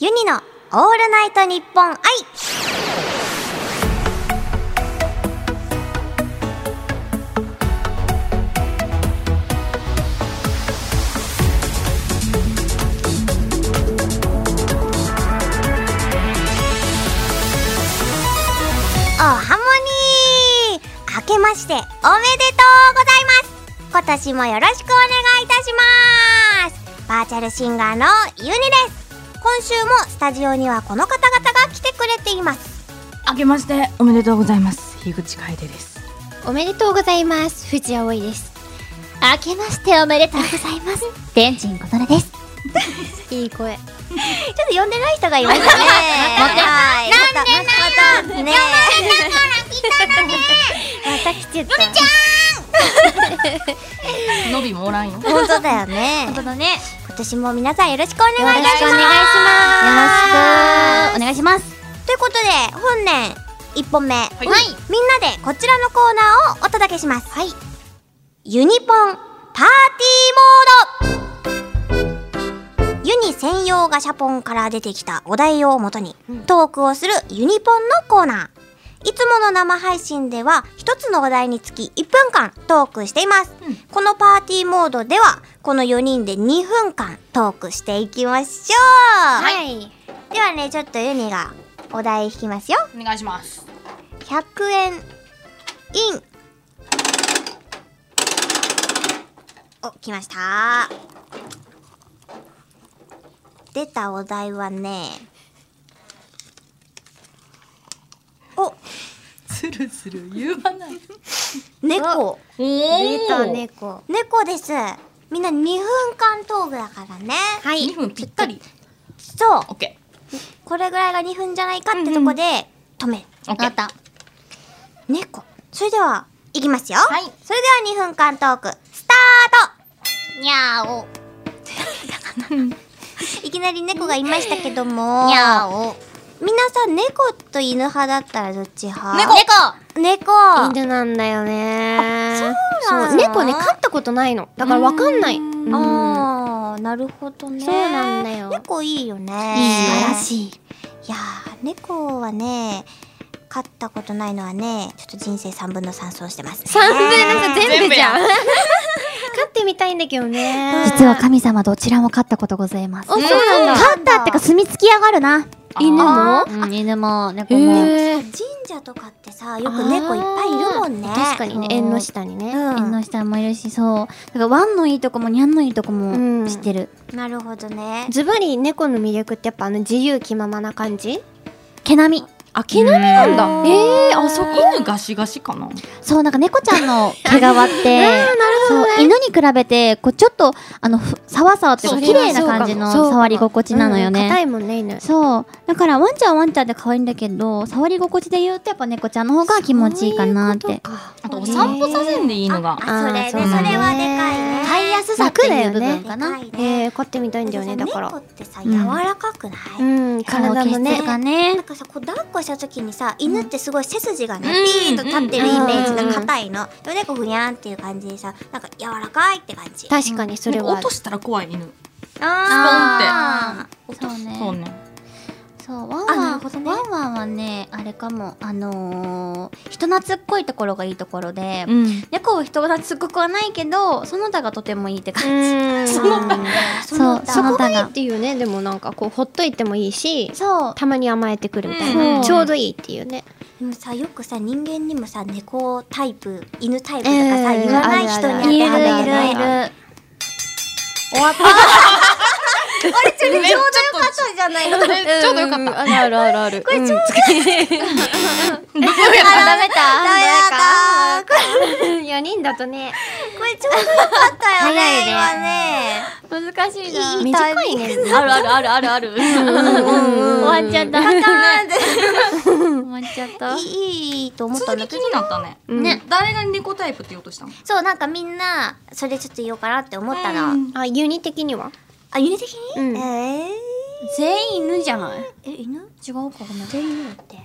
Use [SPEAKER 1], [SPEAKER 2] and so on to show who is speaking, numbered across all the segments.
[SPEAKER 1] ユニのオールナイトニッポン愛おハモニー明けましておめでとうございます今年もよろしくお願いいたしますバーチャルシンガーのユニです今週もスタジオにはこの方々が来てくれています
[SPEAKER 2] 明けましておめでとうございます樋口楓です
[SPEAKER 3] おめでとうございます藤葵です明けましておめでとうございます天神小空ですいい声
[SPEAKER 1] ちょっと呼んでない人がいますねはいなんでなんね
[SPEAKER 3] また来てた
[SPEAKER 2] のびもおらんよ
[SPEAKER 1] 本当だよね
[SPEAKER 3] 本当だね
[SPEAKER 1] 今年も皆さんよろしくお願いいたします
[SPEAKER 3] よろしくお願いしますよろしくお願いします
[SPEAKER 1] ということで本年1本目、
[SPEAKER 2] い
[SPEAKER 3] はい
[SPEAKER 1] みんなでこちらのコーナーをお届けしますはいユニポンパーティーモードユニ専用ガシャポンから出てきたお題をもとにトークをするユニポンのコーナーいつもの生配信では一つのお題につき1分間トークしています、
[SPEAKER 2] うん
[SPEAKER 1] このパーティーモードではこの4人で2分間トークしていきましょう、
[SPEAKER 3] はい
[SPEAKER 1] ではねちょっとユニがお題引きますよ
[SPEAKER 2] お願いします
[SPEAKER 1] 100円インお来ました出たお題はねお
[SPEAKER 2] するする言わない
[SPEAKER 1] 猫
[SPEAKER 2] お
[SPEAKER 3] 出た猫
[SPEAKER 1] 猫ですみんな2分間トークだからね
[SPEAKER 3] はい
[SPEAKER 2] 2分ぴったり
[SPEAKER 1] そう
[SPEAKER 2] オッケ
[SPEAKER 1] これぐらいが2分じゃないかってとこで止める、
[SPEAKER 2] ーオッケー
[SPEAKER 3] あった
[SPEAKER 1] 猫それではいきますよ、
[SPEAKER 2] はい
[SPEAKER 1] それでは2分間トークスタ
[SPEAKER 3] にゃーお
[SPEAKER 1] ートいきなり猫がいましたけども
[SPEAKER 3] にゃーお
[SPEAKER 1] 皆さん猫と犬派だったらどっち派
[SPEAKER 2] 猫
[SPEAKER 1] 猫
[SPEAKER 3] 犬なんだよね
[SPEAKER 1] そうなんだ
[SPEAKER 3] そう猫ね飼ったことないのだからわかんないうん
[SPEAKER 1] ああなるほどね
[SPEAKER 3] そうなんだよ
[SPEAKER 1] 猫いいよね
[SPEAKER 3] 素晴ら
[SPEAKER 1] い
[SPEAKER 3] しい
[SPEAKER 1] いやー猫はね飼ったことないのはねちょっと人生3分の3損してます
[SPEAKER 3] 三分なんか全部じゃん
[SPEAKER 2] 全
[SPEAKER 3] 飼ってみたいんだけどね
[SPEAKER 4] 実は神様どちらも勝ったことございます。
[SPEAKER 3] おそう
[SPEAKER 1] うん
[SPEAKER 3] なんだ
[SPEAKER 4] 勝ったってか住み着き上がるな。
[SPEAKER 3] 犬も
[SPEAKER 4] うん犬も猫も。
[SPEAKER 3] へー
[SPEAKER 1] 神社とかってさよく猫いっぱいいるもんね
[SPEAKER 3] あー確かにね
[SPEAKER 4] そう
[SPEAKER 3] 縁の下にね、
[SPEAKER 1] うん
[SPEAKER 4] 縁の下もいるし、そう。だからワンのいいとこもニャンのいいとこ
[SPEAKER 3] うん
[SPEAKER 4] も知ってる。
[SPEAKER 1] なるほどね
[SPEAKER 3] ズバリ猫の魅力ってやっぱあの自由気ままな感じ
[SPEAKER 4] 毛並み。
[SPEAKER 2] あ毛並みなんだ
[SPEAKER 3] えー、あそ
[SPEAKER 2] 犬ガシガシかな
[SPEAKER 4] そう、なんか猫ちゃ んの毛皮って、そう、犬に比べて、こうちょっと、あの、ふさわさわっていうか
[SPEAKER 2] そう
[SPEAKER 4] 綺麗な感じの
[SPEAKER 3] そう
[SPEAKER 4] 触り心地なのよ
[SPEAKER 3] うん硬
[SPEAKER 4] ね。
[SPEAKER 3] いもんね犬
[SPEAKER 4] そう。だからワンちゃんはワンちゃんで可愛いんだけど、触り心地で言うとやっぱ猫ちゃんの方が気持ちいいかなっ
[SPEAKER 3] そういう
[SPEAKER 4] て
[SPEAKER 3] こ。とか
[SPEAKER 2] あとお散歩させんでいいのが
[SPEAKER 1] あそれねそ
[SPEAKER 3] あーそう
[SPEAKER 4] だね
[SPEAKER 1] れはでかいね
[SPEAKER 4] 飼いやすさっていう部分
[SPEAKER 1] で
[SPEAKER 4] か
[SPEAKER 1] か
[SPEAKER 4] な。
[SPEAKER 1] いね
[SPEAKER 3] えー、飼ってみたいんだよねだか
[SPEAKER 1] 猫
[SPEAKER 3] ら
[SPEAKER 1] ってさ
[SPEAKER 4] うん
[SPEAKER 1] 柔らかくない、
[SPEAKER 3] うん体もね
[SPEAKER 4] 毛質がね
[SPEAKER 1] なん。かさこう抱っこした時にさ犬ってすごい背筋がね、
[SPEAKER 2] うん
[SPEAKER 1] ピーンと立ってるイメージ
[SPEAKER 3] うん
[SPEAKER 1] が硬いの、でも猫ふにゃんっていう感じでさなんか柔らかいって感じ
[SPEAKER 3] 確かにそれはあ
[SPEAKER 2] 落
[SPEAKER 3] る
[SPEAKER 2] としたら怖い犬
[SPEAKER 1] あ
[SPEAKER 4] そうね。
[SPEAKER 2] そうね
[SPEAKER 4] そうワンワン
[SPEAKER 1] あなるほどね
[SPEAKER 4] ワンワンはねあれかもあのー、人懐っこいところがいいところで、
[SPEAKER 2] ん
[SPEAKER 4] 猫は人懐っこくはないけどその他がとてもいいって
[SPEAKER 3] う
[SPEAKER 4] 感じ、
[SPEAKER 3] ん
[SPEAKER 1] ー
[SPEAKER 3] そ
[SPEAKER 1] そ
[SPEAKER 3] こ
[SPEAKER 1] の他
[SPEAKER 4] そ
[SPEAKER 1] そうの他
[SPEAKER 4] その
[SPEAKER 3] が
[SPEAKER 4] 他
[SPEAKER 3] いい
[SPEAKER 4] が
[SPEAKER 3] っていうねでもなんかこうほっといてもいいし
[SPEAKER 4] そう
[SPEAKER 3] たまに甘えてくるみたいな、
[SPEAKER 4] うん
[SPEAKER 3] ちょうどいいっていうね
[SPEAKER 1] でもさよくさ人間にもさ猫タイプ犬タイプとかさ、
[SPEAKER 3] えー
[SPEAKER 1] 言わない人
[SPEAKER 3] あるあ
[SPEAKER 1] に
[SPEAKER 3] る
[SPEAKER 1] 当
[SPEAKER 4] いる
[SPEAKER 1] てはめ
[SPEAKER 4] い
[SPEAKER 1] る
[SPEAKER 4] るいる
[SPEAKER 2] ちょうどよか
[SPEAKER 1] そうじゃないの
[SPEAKER 2] ったねちょうどよかった
[SPEAKER 3] あるあるあるあるこれちょう
[SPEAKER 4] ダメ
[SPEAKER 1] ダメだ
[SPEAKER 4] だ
[SPEAKER 1] これ
[SPEAKER 3] ど4 人だとね
[SPEAKER 1] これちょうどよかったよね今
[SPEAKER 3] 早
[SPEAKER 1] ね
[SPEAKER 4] 難しいな
[SPEAKER 3] 短いね
[SPEAKER 4] あるあるあるあるある終わっちゃった終わっちゃった
[SPEAKER 1] いいと思った
[SPEAKER 2] 続
[SPEAKER 1] んだ
[SPEAKER 2] き気
[SPEAKER 1] けど
[SPEAKER 2] になったね
[SPEAKER 3] うん
[SPEAKER 4] ね
[SPEAKER 2] 誰が猫タイプって言おうとしたの
[SPEAKER 1] そうなんかみんなそれちょっと言おうかなって思ったの、
[SPEAKER 2] うん
[SPEAKER 3] あユニ的には
[SPEAKER 1] あユニ的に、
[SPEAKER 3] うん
[SPEAKER 1] えー
[SPEAKER 4] 全員犬じゃない
[SPEAKER 1] え犬
[SPEAKER 4] 違うかごめん
[SPEAKER 1] 全員犬って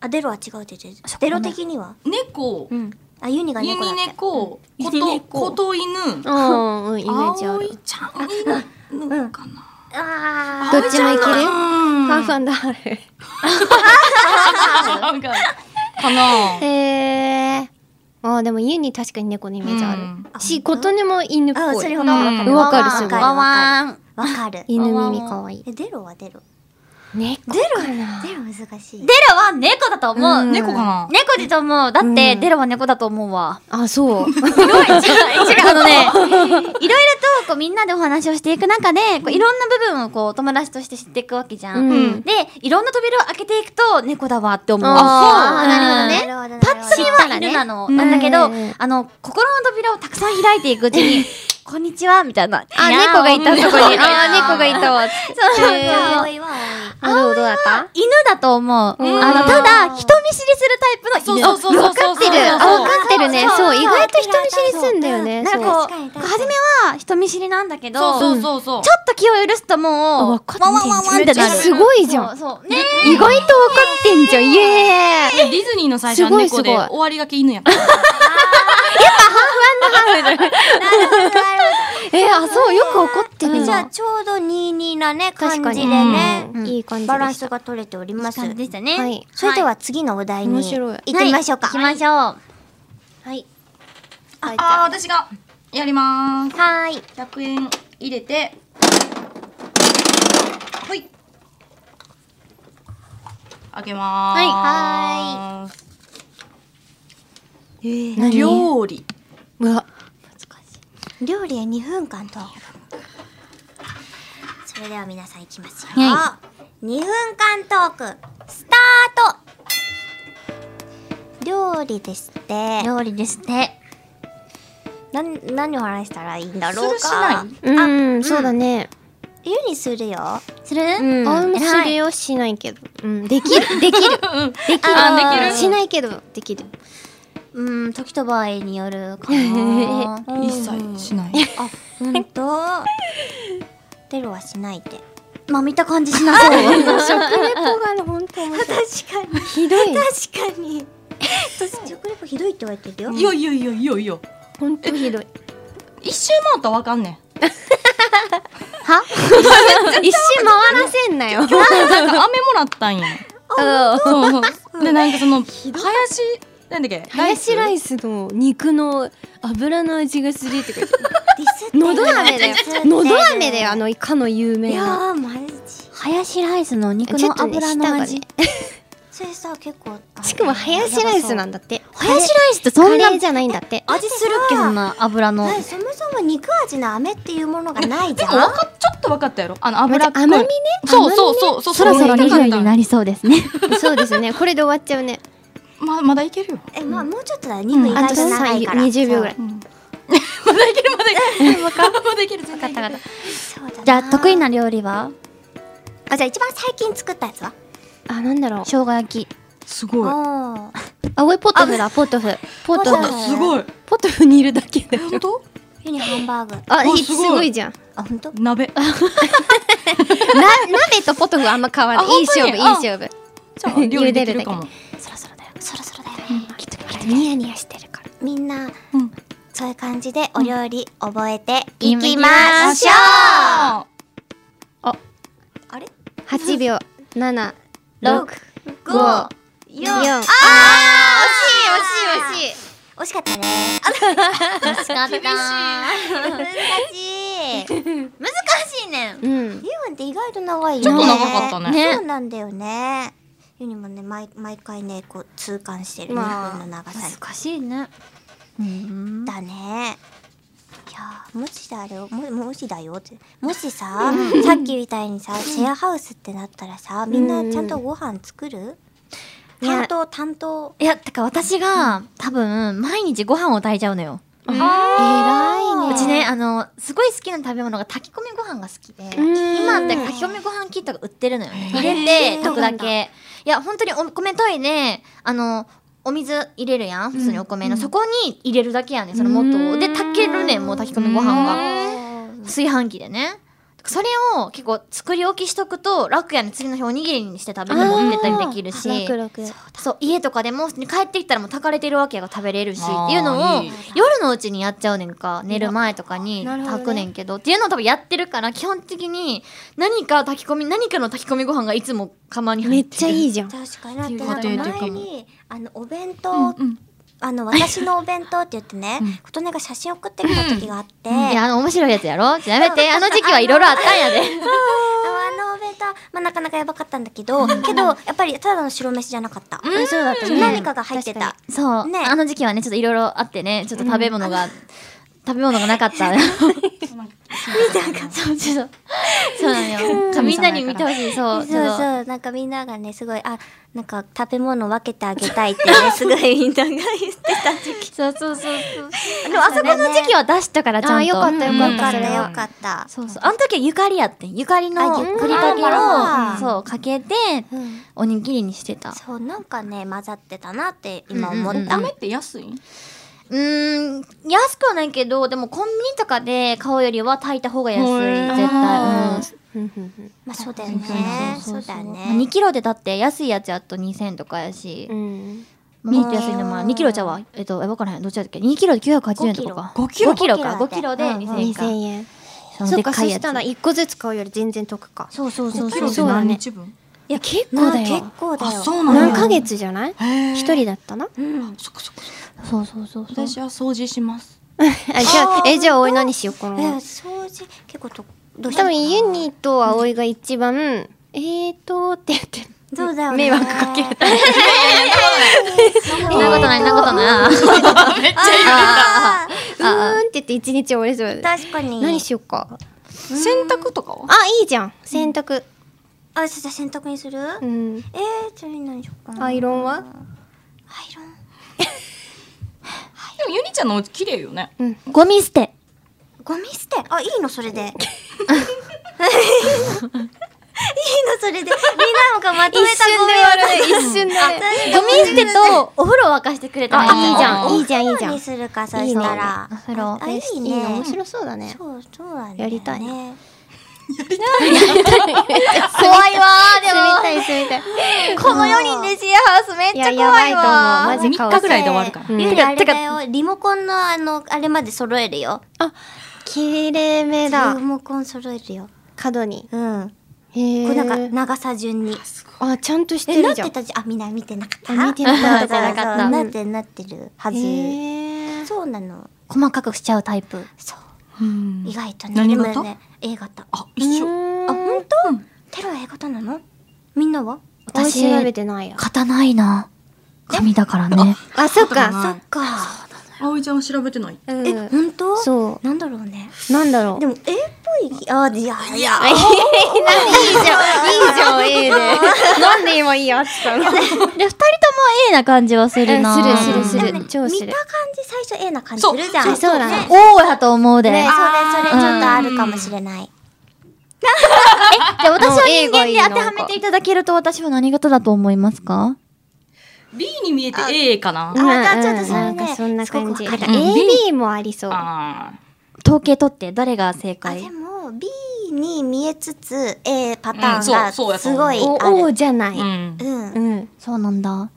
[SPEAKER 1] あデロは違うって言ってたデロ的には
[SPEAKER 2] 猫
[SPEAKER 3] うん
[SPEAKER 1] あユニが
[SPEAKER 2] ユ
[SPEAKER 1] 猫だ
[SPEAKER 2] ニ
[SPEAKER 1] って
[SPEAKER 2] 猫
[SPEAKER 1] うんユニ
[SPEAKER 2] こと
[SPEAKER 1] 猫
[SPEAKER 2] こと犬
[SPEAKER 3] あーうんイメージあ
[SPEAKER 2] 葵
[SPEAKER 3] る
[SPEAKER 2] ちゃん犬かな
[SPEAKER 1] あ
[SPEAKER 5] どっちもいける
[SPEAKER 2] フ
[SPEAKER 3] ファンファンだ、あれ。
[SPEAKER 2] ン。かな
[SPEAKER 3] へえ。あーでも家に確かに猫のイメージある。
[SPEAKER 2] うん
[SPEAKER 3] し、琴音も犬っ
[SPEAKER 1] ーあ
[SPEAKER 3] ぽ
[SPEAKER 1] そ
[SPEAKER 3] い。
[SPEAKER 1] れ
[SPEAKER 3] わ
[SPEAKER 1] わかるか
[SPEAKER 2] うん
[SPEAKER 1] も
[SPEAKER 3] わかる
[SPEAKER 1] わ
[SPEAKER 3] すごい
[SPEAKER 1] かる
[SPEAKER 5] わ
[SPEAKER 1] わ
[SPEAKER 5] わーん。
[SPEAKER 1] かるわかる
[SPEAKER 3] 犬耳かわいい。
[SPEAKER 1] え出るは出る
[SPEAKER 3] 猫
[SPEAKER 1] 出る
[SPEAKER 3] かな。
[SPEAKER 1] 出る難しい
[SPEAKER 4] デロは猫だと思う。
[SPEAKER 2] うん猫かな
[SPEAKER 4] 猫でと思う。だって、
[SPEAKER 3] うん
[SPEAKER 4] デロは猫だと思うわ。
[SPEAKER 3] あ、そう。
[SPEAKER 4] あのね、いろいろとこうみんなでお話をしていく中で、こういろんな部分をこう友達として知っていくわけじゃん。
[SPEAKER 3] うん
[SPEAKER 4] で、いろんな扉を開けていくと猫だわって思う。
[SPEAKER 3] あ
[SPEAKER 4] そう
[SPEAKER 3] な
[SPEAKER 4] うん
[SPEAKER 1] なるほどねパ
[SPEAKER 4] パッと見は犬なの、
[SPEAKER 3] 知ったら
[SPEAKER 4] なんだ
[SPEAKER 3] ね
[SPEAKER 4] けど、
[SPEAKER 3] うん
[SPEAKER 4] あの、心の扉をたくさん開いていくうち に、こんにちは、みたいな。
[SPEAKER 3] あ、猫がいた、そこに。あー、猫がいたわ。
[SPEAKER 4] そうそうそう
[SPEAKER 3] へー
[SPEAKER 1] 多いは
[SPEAKER 3] なるほど、どうだった
[SPEAKER 4] 犬だと思う。
[SPEAKER 3] うん
[SPEAKER 4] あの、ただ、人見知りするタイプの犬。
[SPEAKER 2] そうそうそうそうそう
[SPEAKER 4] わかって
[SPEAKER 2] そう
[SPEAKER 4] る。
[SPEAKER 2] そうそう
[SPEAKER 4] あ
[SPEAKER 3] わかってるね。そう、意外と人見知りすんだよね。
[SPEAKER 4] なん
[SPEAKER 3] そう
[SPEAKER 4] かこ
[SPEAKER 1] 確かに確
[SPEAKER 4] う、
[SPEAKER 1] かに
[SPEAKER 4] 初めは人見知りなんだけど、
[SPEAKER 2] そう
[SPEAKER 4] ちょ
[SPEAKER 2] そうそうそう。
[SPEAKER 4] っと気を許すともう、
[SPEAKER 3] わかってんじゃ
[SPEAKER 4] わ
[SPEAKER 3] ん
[SPEAKER 4] わわわってなる。
[SPEAKER 3] えすごいじゃん
[SPEAKER 4] そうそうね
[SPEAKER 3] 意外とわかってんじゃん。イエーイ
[SPEAKER 2] ディズニーの最初は
[SPEAKER 3] すご
[SPEAKER 2] 猫
[SPEAKER 3] い
[SPEAKER 2] です
[SPEAKER 3] ごい
[SPEAKER 2] 終わりがけ犬やから。
[SPEAKER 3] え、あ、そう、よく怒って
[SPEAKER 1] 多い
[SPEAKER 3] る
[SPEAKER 1] じゃあ
[SPEAKER 3] な。
[SPEAKER 1] ちょうど22なね感
[SPEAKER 3] 確
[SPEAKER 1] じで
[SPEAKER 3] かに
[SPEAKER 1] ね。
[SPEAKER 3] うん
[SPEAKER 1] うん
[SPEAKER 3] いい感じでした
[SPEAKER 1] バランスが取れております
[SPEAKER 4] 感じでしたね。
[SPEAKER 3] はい
[SPEAKER 1] それでは次のお題に
[SPEAKER 3] 面
[SPEAKER 1] 行
[SPEAKER 3] 白い
[SPEAKER 1] ってみましょうか
[SPEAKER 4] 行きましょう。
[SPEAKER 3] はい。
[SPEAKER 2] あー、私がやりまーす。
[SPEAKER 1] はーい
[SPEAKER 2] 100円入れて。はい。開けまーす。
[SPEAKER 1] は
[SPEAKER 2] えー
[SPEAKER 3] 何
[SPEAKER 2] 料理。
[SPEAKER 3] うわ、
[SPEAKER 1] 料理へ2分間とそれでは皆さんいきますよ、
[SPEAKER 4] は
[SPEAKER 1] 2分間トークスタート料理ですって
[SPEAKER 4] 料理ですって。
[SPEAKER 1] なん何を話したらいいんだろうか
[SPEAKER 2] するしな
[SPEAKER 3] うん、そうだね。
[SPEAKER 1] 湯にするよ
[SPEAKER 4] するう
[SPEAKER 3] うん、あんするよ、しないけど。うん、できる、できる。
[SPEAKER 2] うん。で
[SPEAKER 3] できる。
[SPEAKER 2] あ、できる。
[SPEAKER 3] しないけど、できる。
[SPEAKER 4] うん、時と場合による かな。
[SPEAKER 2] 一切しない。
[SPEAKER 1] あ、うんと出るはしないって
[SPEAKER 4] まあ見た感じしなそ う。
[SPEAKER 3] 食レポがね、ほんと面白い。
[SPEAKER 1] 確かに
[SPEAKER 3] ひどい。
[SPEAKER 1] 確かに私食レポひどいって言われてるよ
[SPEAKER 2] いやいやいやいやいや。
[SPEAKER 3] ほんとひどい。
[SPEAKER 2] 一周回ったらわかんねん。
[SPEAKER 3] 一周回らせんなよ。
[SPEAKER 2] なんか飴もらったんや。
[SPEAKER 3] あの
[SPEAKER 2] そうそう。で、なんかその、林、なんだっけ
[SPEAKER 3] ハヤシラ
[SPEAKER 2] イ
[SPEAKER 3] イスの肉の油の味がするってこと。
[SPEAKER 1] ディスってる
[SPEAKER 3] のど飴だよ
[SPEAKER 1] ディスっ。てる
[SPEAKER 3] のど飴だよ、あのイカの有
[SPEAKER 1] い
[SPEAKER 3] 名
[SPEAKER 1] や
[SPEAKER 3] な。
[SPEAKER 1] ーマジ
[SPEAKER 4] ハヤシライスの肉
[SPEAKER 3] ちょ
[SPEAKER 4] の
[SPEAKER 3] っとね
[SPEAKER 4] 油の
[SPEAKER 3] 舌
[SPEAKER 4] 味。
[SPEAKER 1] それさ結構あの
[SPEAKER 3] しかもハヤシライスなんだって。
[SPEAKER 4] ハヤシライスってそ
[SPEAKER 3] カ
[SPEAKER 4] んな
[SPEAKER 3] レーじゃないんだって。
[SPEAKER 4] 味するっけそんな油の。
[SPEAKER 1] はいそもそも肉味の飴っていうものがないじゃん。
[SPEAKER 2] わかっちょっとわかったやろあの油っこい
[SPEAKER 3] 甘みね
[SPEAKER 2] そうそうそうそう
[SPEAKER 4] そろそろ2分にな
[SPEAKER 2] り
[SPEAKER 4] りそうですね。
[SPEAKER 3] そうですね。これで終わっちゃうね。
[SPEAKER 2] ままだいけるよ
[SPEAKER 1] え、まあもうちょっとだ。2分意
[SPEAKER 3] あ
[SPEAKER 1] 外
[SPEAKER 3] と
[SPEAKER 1] と長
[SPEAKER 3] 三
[SPEAKER 1] いから。
[SPEAKER 3] 20秒ぐらい。
[SPEAKER 2] まだいけるまだいけるまだいける全然いける
[SPEAKER 1] そう。そうだな
[SPEAKER 4] じゃあ得意。な料理は
[SPEAKER 1] あ、じゃあ一番最近作ったやつは
[SPEAKER 3] あ、なんだろう。
[SPEAKER 4] 生姜焼き。
[SPEAKER 2] すご
[SPEAKER 1] お
[SPEAKER 2] い
[SPEAKER 1] ー。
[SPEAKER 3] あ、おいポトフだ、ポトフ。ポト
[SPEAKER 1] ポト
[SPEAKER 3] フ。
[SPEAKER 1] フ
[SPEAKER 2] すごい
[SPEAKER 3] ポトフにいるだけだよ。
[SPEAKER 2] 本当
[SPEAKER 1] ユニハンバーグ。
[SPEAKER 3] あ、
[SPEAKER 2] お
[SPEAKER 3] い
[SPEAKER 2] す
[SPEAKER 3] す
[SPEAKER 2] ごい
[SPEAKER 3] ごいじゃん。
[SPEAKER 1] あ、ほんと
[SPEAKER 2] 鍋
[SPEAKER 3] な、鍋とポトフあんま変わら
[SPEAKER 2] あ
[SPEAKER 3] ない。いい
[SPEAKER 2] 本当
[SPEAKER 3] 勝
[SPEAKER 2] に
[SPEAKER 3] 負、いい勝負。
[SPEAKER 2] じゃあ料理できるかも
[SPEAKER 1] そろそろだよ。そろそろだよね。きっときっと
[SPEAKER 3] ニヤニヤしてるから。
[SPEAKER 1] みんな、
[SPEAKER 2] うん
[SPEAKER 1] そういう感じでお料理覚えてい
[SPEAKER 4] い
[SPEAKER 1] き
[SPEAKER 4] き
[SPEAKER 1] ま
[SPEAKER 4] ま
[SPEAKER 1] し
[SPEAKER 4] し
[SPEAKER 1] ょ
[SPEAKER 4] ょ
[SPEAKER 1] う
[SPEAKER 4] う
[SPEAKER 2] あ
[SPEAKER 1] あれ
[SPEAKER 3] 八秒、七、
[SPEAKER 1] 六
[SPEAKER 3] 六、
[SPEAKER 1] 五
[SPEAKER 3] 五
[SPEAKER 1] 四
[SPEAKER 3] 四。
[SPEAKER 1] あ
[SPEAKER 3] あー、惜しい、惜しい、惜しい。
[SPEAKER 1] 惜しかったね。
[SPEAKER 4] 使った。
[SPEAKER 1] 難しい。難しいねん。
[SPEAKER 3] うん
[SPEAKER 1] ユ。ーンって意外と長いよね。
[SPEAKER 2] ちょっと長かったね
[SPEAKER 1] そうなんだよね。ユニもね毎毎回ねこう痛感してる、
[SPEAKER 3] まあ
[SPEAKER 1] 日本の長さ
[SPEAKER 4] 難しいね。うん。
[SPEAKER 1] だね。いやーもしだよももしだよってもしささっきみたいにさシェアハウスってなったらさみんなちゃんとご飯作る？
[SPEAKER 3] いや
[SPEAKER 1] 担当担当。
[SPEAKER 4] いや、てか私が、多分、毎日ご飯を炊いちゃうのよ。
[SPEAKER 3] 偉いね。
[SPEAKER 4] うちね、あの、すごい好きな食べ物が炊き込みご飯が好きで、
[SPEAKER 3] うん
[SPEAKER 4] 今って炊き込みご飯キットが売ってるのよね。入れて、炊くだけ。いや、本当にお米研いで、あの、お水入れるやん、普通にお米の。そこに入れるだけやねん、その元
[SPEAKER 3] う
[SPEAKER 4] を。
[SPEAKER 3] ん
[SPEAKER 4] で、炊けるねん、もう炊き込みご飯
[SPEAKER 2] う
[SPEAKER 4] が。炊飯器でね。それを結構作り置きしとくと楽やね次の日おにぎりにして食べて持ってったりできるし
[SPEAKER 3] 楽々
[SPEAKER 4] そう家とかでも普通に帰ってきたらもう炊かれてるわけが食べれるし
[SPEAKER 2] あー
[SPEAKER 4] っていうのを
[SPEAKER 2] いい
[SPEAKER 4] 夜のうちにやっちゃうねんか寝る前とかに
[SPEAKER 3] なるほどね
[SPEAKER 4] 炊くねんけどっていうのを多分やってるから基本的に何か炊き込み何かの炊き込みご飯がいつも釜に
[SPEAKER 3] め
[SPEAKER 4] 入っ
[SPEAKER 3] ってちゃ
[SPEAKER 4] る
[SPEAKER 3] いいじゃん
[SPEAKER 1] 確かにだって
[SPEAKER 2] っていう
[SPEAKER 1] な
[SPEAKER 2] こ
[SPEAKER 1] ん
[SPEAKER 2] と
[SPEAKER 1] か
[SPEAKER 2] で
[SPEAKER 1] 前
[SPEAKER 2] と
[SPEAKER 1] にあのお弁当、
[SPEAKER 2] うんうん
[SPEAKER 1] あの私のお弁当って言ってね琴音が写真送ってきた時があって、
[SPEAKER 4] いやあの面白いやつやろやめ てあの時期はいろいろあったんやで
[SPEAKER 1] あのお弁当は、まあ、なかなかやばかったんだけどけどやっぱりただの白飯じゃなかった、
[SPEAKER 3] そうだった
[SPEAKER 1] 何かが入ってた
[SPEAKER 4] そう、
[SPEAKER 1] ね
[SPEAKER 4] あの時期はねちょっといろいろあってねちょっと食べ物が、食べ物がなかった そうちょっとそうなのよみんなに見てほしい
[SPEAKER 1] そう
[SPEAKER 4] そ
[SPEAKER 1] うそう
[SPEAKER 4] う
[SPEAKER 1] なんかみんながねすごいあなんか食べ物分けてあげたいって ねすごいみんなが言ってた時期
[SPEAKER 4] そうそうそうそうでもあそこの時期は出したからちゃんと
[SPEAKER 3] あよかったよ
[SPEAKER 1] よ
[SPEAKER 3] か
[SPEAKER 1] かっ
[SPEAKER 3] っ
[SPEAKER 1] たた
[SPEAKER 3] それは
[SPEAKER 1] よかった
[SPEAKER 4] そうそうあの時はゆかりやってんゆかりの
[SPEAKER 1] あゆか
[SPEAKER 4] ふ
[SPEAKER 1] り
[SPEAKER 4] りかけを
[SPEAKER 1] あー
[SPEAKER 4] そうかけて
[SPEAKER 3] うん
[SPEAKER 4] おにぎりにしてた
[SPEAKER 1] そうなんかね混ざってたなって今思った、
[SPEAKER 4] うんうんうんうん
[SPEAKER 2] って安い
[SPEAKER 4] うん安くはないけどでもコンビニとかで買うよりは炊いた方が安い
[SPEAKER 2] へー
[SPEAKER 4] 絶対う
[SPEAKER 3] う
[SPEAKER 4] ん
[SPEAKER 3] んうんうん
[SPEAKER 1] まあそうだよねそうだよ
[SPEAKER 4] まあ2
[SPEAKER 1] ね
[SPEAKER 4] キロでだって安いやつやと2000とかやし、
[SPEAKER 3] うん
[SPEAKER 4] もっと安いのもある2キロちゃうわえっとえ分からへんどっちだっけ2キロで980円とかか
[SPEAKER 2] 5キロ
[SPEAKER 4] 5キロか
[SPEAKER 1] 5
[SPEAKER 4] 5
[SPEAKER 1] キ
[SPEAKER 4] キ
[SPEAKER 1] ロ
[SPEAKER 4] ロ
[SPEAKER 1] で
[SPEAKER 4] で2000円か、
[SPEAKER 3] 2000円
[SPEAKER 4] その
[SPEAKER 3] そっ
[SPEAKER 4] でっ
[SPEAKER 3] か
[SPEAKER 4] か
[SPEAKER 3] そ
[SPEAKER 4] いや
[SPEAKER 3] し
[SPEAKER 4] つ
[SPEAKER 3] たら1個ずつ買うより全然得か
[SPEAKER 4] そうそうそう
[SPEAKER 2] キ
[SPEAKER 4] そ
[SPEAKER 2] ロ
[SPEAKER 4] う
[SPEAKER 2] って何日分
[SPEAKER 3] いや結構だ
[SPEAKER 1] 結
[SPEAKER 3] よ
[SPEAKER 1] 構だ
[SPEAKER 2] あ
[SPEAKER 1] よ
[SPEAKER 2] そうなんだ
[SPEAKER 3] 何ヶ月じゃない
[SPEAKER 2] へー
[SPEAKER 3] 一人だったな
[SPEAKER 1] うん
[SPEAKER 2] そっかそっかそっか
[SPEAKER 4] そうそうそうそう
[SPEAKER 2] 私は掃除します
[SPEAKER 3] あじゃあえじゃあおい何しようか
[SPEAKER 1] え
[SPEAKER 3] な
[SPEAKER 1] 掃除結構とどうし
[SPEAKER 3] 多
[SPEAKER 1] たの
[SPEAKER 3] 分ユニと葵が一番えーとって言って
[SPEAKER 1] そうだよね
[SPEAKER 3] 迷惑かける
[SPEAKER 4] そんなことないそんなことない
[SPEAKER 1] あ
[SPEAKER 3] うーんって言って一日終わりそう
[SPEAKER 1] ー
[SPEAKER 3] だ
[SPEAKER 1] 確かに
[SPEAKER 3] 何しようか
[SPEAKER 2] 洗濯とかは
[SPEAKER 3] あいいじゃん洗濯
[SPEAKER 1] あじゃあ洗濯にする、
[SPEAKER 3] うん
[SPEAKER 1] えー、次何しようかな
[SPEAKER 3] アイロンは
[SPEAKER 1] アイロン
[SPEAKER 2] でもゆりちゃんのお家綺麗よね
[SPEAKER 4] ゴミ捨て
[SPEAKER 1] ゴミ捨てあいいのそれでいいのそれでみんなもがまとめたゴミ
[SPEAKER 3] 一瞬で
[SPEAKER 1] あ
[SPEAKER 4] ゴミ捨てとお風呂沸かしてくれたら
[SPEAKER 2] あ
[SPEAKER 4] いいじゃん
[SPEAKER 3] あいいじゃんいいじゃん
[SPEAKER 1] にするかそしたら
[SPEAKER 4] お風呂
[SPEAKER 1] あいい
[SPEAKER 3] いいね
[SPEAKER 1] ね
[SPEAKER 3] 面白そうだね
[SPEAKER 1] そうそうなんだよね
[SPEAKER 3] やりたい な
[SPEAKER 1] ね
[SPEAKER 4] 怖いわ
[SPEAKER 3] 住みたい住みたい
[SPEAKER 4] ーこの4人でシェアハウスめっ
[SPEAKER 3] い
[SPEAKER 4] ち
[SPEAKER 3] や
[SPEAKER 4] ゃ
[SPEAKER 3] や
[SPEAKER 4] 怖
[SPEAKER 3] ば
[SPEAKER 4] い
[SPEAKER 3] い
[SPEAKER 4] わー
[SPEAKER 3] と思うマジ
[SPEAKER 2] 3
[SPEAKER 3] 顔
[SPEAKER 2] 日ぐらいで終わるから
[SPEAKER 3] うん
[SPEAKER 1] ゆりあれだよリモコンのあのあれまで揃えるよ
[SPEAKER 3] きれいめだ
[SPEAKER 1] リモコン揃えるよ
[SPEAKER 3] 角に
[SPEAKER 1] うん
[SPEAKER 3] へ
[SPEAKER 1] これなん
[SPEAKER 3] ー
[SPEAKER 1] か長さ順に
[SPEAKER 3] あちゃんとして
[SPEAKER 1] えな
[SPEAKER 3] る
[SPEAKER 1] っ
[SPEAKER 3] じゃん
[SPEAKER 1] てたじゃんあみんな見てなかった
[SPEAKER 3] あ見てなかった
[SPEAKER 1] そうそう
[SPEAKER 4] 見てなかった
[SPEAKER 1] なってなってるはず
[SPEAKER 3] へー
[SPEAKER 1] そうなの
[SPEAKER 4] 細かくしちゃうタイプ
[SPEAKER 1] そう
[SPEAKER 2] うん
[SPEAKER 1] 意外とね
[SPEAKER 2] 何
[SPEAKER 1] でも
[SPEAKER 2] 型
[SPEAKER 1] ね A 型
[SPEAKER 2] あ一
[SPEAKER 1] あ
[SPEAKER 2] 緒
[SPEAKER 1] 本当、テロは A 型なのみんなは
[SPEAKER 3] 私
[SPEAKER 4] 私
[SPEAKER 3] 調べてないや
[SPEAKER 4] 型ないな紙だからね
[SPEAKER 3] あそっか
[SPEAKER 1] そ
[SPEAKER 2] はい
[SPEAKER 1] っか
[SPEAKER 2] 葵ちゃんは調べてない
[SPEAKER 3] うん
[SPEAKER 1] え本当
[SPEAKER 3] そ
[SPEAKER 1] なんだろうね
[SPEAKER 3] うなんだろう
[SPEAKER 1] でも A っぽいあいやいや
[SPEAKER 3] いいじゃん、いいね。 なんで今いいやつたの。す
[SPEAKER 4] で二人とも A な感じはするな
[SPEAKER 3] るするする。超
[SPEAKER 1] 見
[SPEAKER 3] す
[SPEAKER 1] た
[SPEAKER 3] る
[SPEAKER 1] 感。じ最初 A な感じす
[SPEAKER 2] そう
[SPEAKER 1] るじゃん
[SPEAKER 3] そうそうなの
[SPEAKER 1] ね
[SPEAKER 4] O やと思うで、
[SPEAKER 1] ね
[SPEAKER 4] あ
[SPEAKER 1] それそれちょっとあるかもしれない
[SPEAKER 4] じゃあ私は人間
[SPEAKER 3] A がいい
[SPEAKER 4] で
[SPEAKER 3] な
[SPEAKER 4] 当てはめていただけると私は何型だと思いますか
[SPEAKER 2] B に見えて A かな
[SPEAKER 1] あじゃあちょっとそれね
[SPEAKER 3] なんかそんな感じ。
[SPEAKER 1] す
[SPEAKER 3] な
[SPEAKER 1] ご
[SPEAKER 3] ん
[SPEAKER 1] く
[SPEAKER 3] か
[SPEAKER 1] わかる
[SPEAKER 3] AB もありそう。
[SPEAKER 2] あー
[SPEAKER 4] 統計取って誰が正
[SPEAKER 1] あ
[SPEAKER 4] 解
[SPEAKER 1] でも B に見えつつ A パタ
[SPEAKER 2] うん
[SPEAKER 1] ーン
[SPEAKER 2] そう
[SPEAKER 1] が
[SPEAKER 2] そうやと
[SPEAKER 1] す
[SPEAKER 2] 思う
[SPEAKER 1] ごい
[SPEAKER 3] お
[SPEAKER 1] あ
[SPEAKER 3] O
[SPEAKER 1] る
[SPEAKER 3] じゃない。う
[SPEAKER 2] うん
[SPEAKER 1] うん
[SPEAKER 3] ん。
[SPEAKER 4] そうなんだ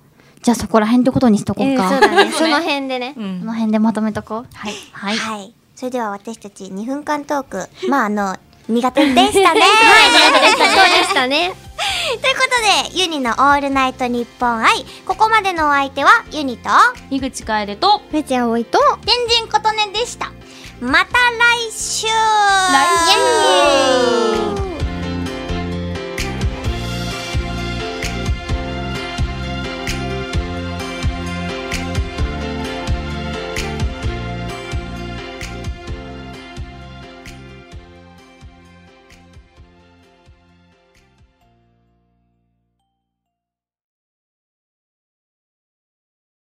[SPEAKER 4] じゃあそこら辺ってことにしとこ
[SPEAKER 3] えー
[SPEAKER 4] うか、
[SPEAKER 3] そう だね。 その辺でね
[SPEAKER 2] う。
[SPEAKER 4] こ
[SPEAKER 2] ん
[SPEAKER 4] の辺でまとめとこうはい、はい
[SPEAKER 1] はいそれでは私たち2分間トーク まああの苦手でした ね
[SPEAKER 3] そうでしたね。
[SPEAKER 1] ということでユニの「オールナイトニッポン愛」ここまでのお相手はユニと
[SPEAKER 2] 樋口楓と
[SPEAKER 3] めちゃおいと。
[SPEAKER 1] 天神琴音でしたまた来週来
[SPEAKER 2] 週
[SPEAKER 1] イエーイ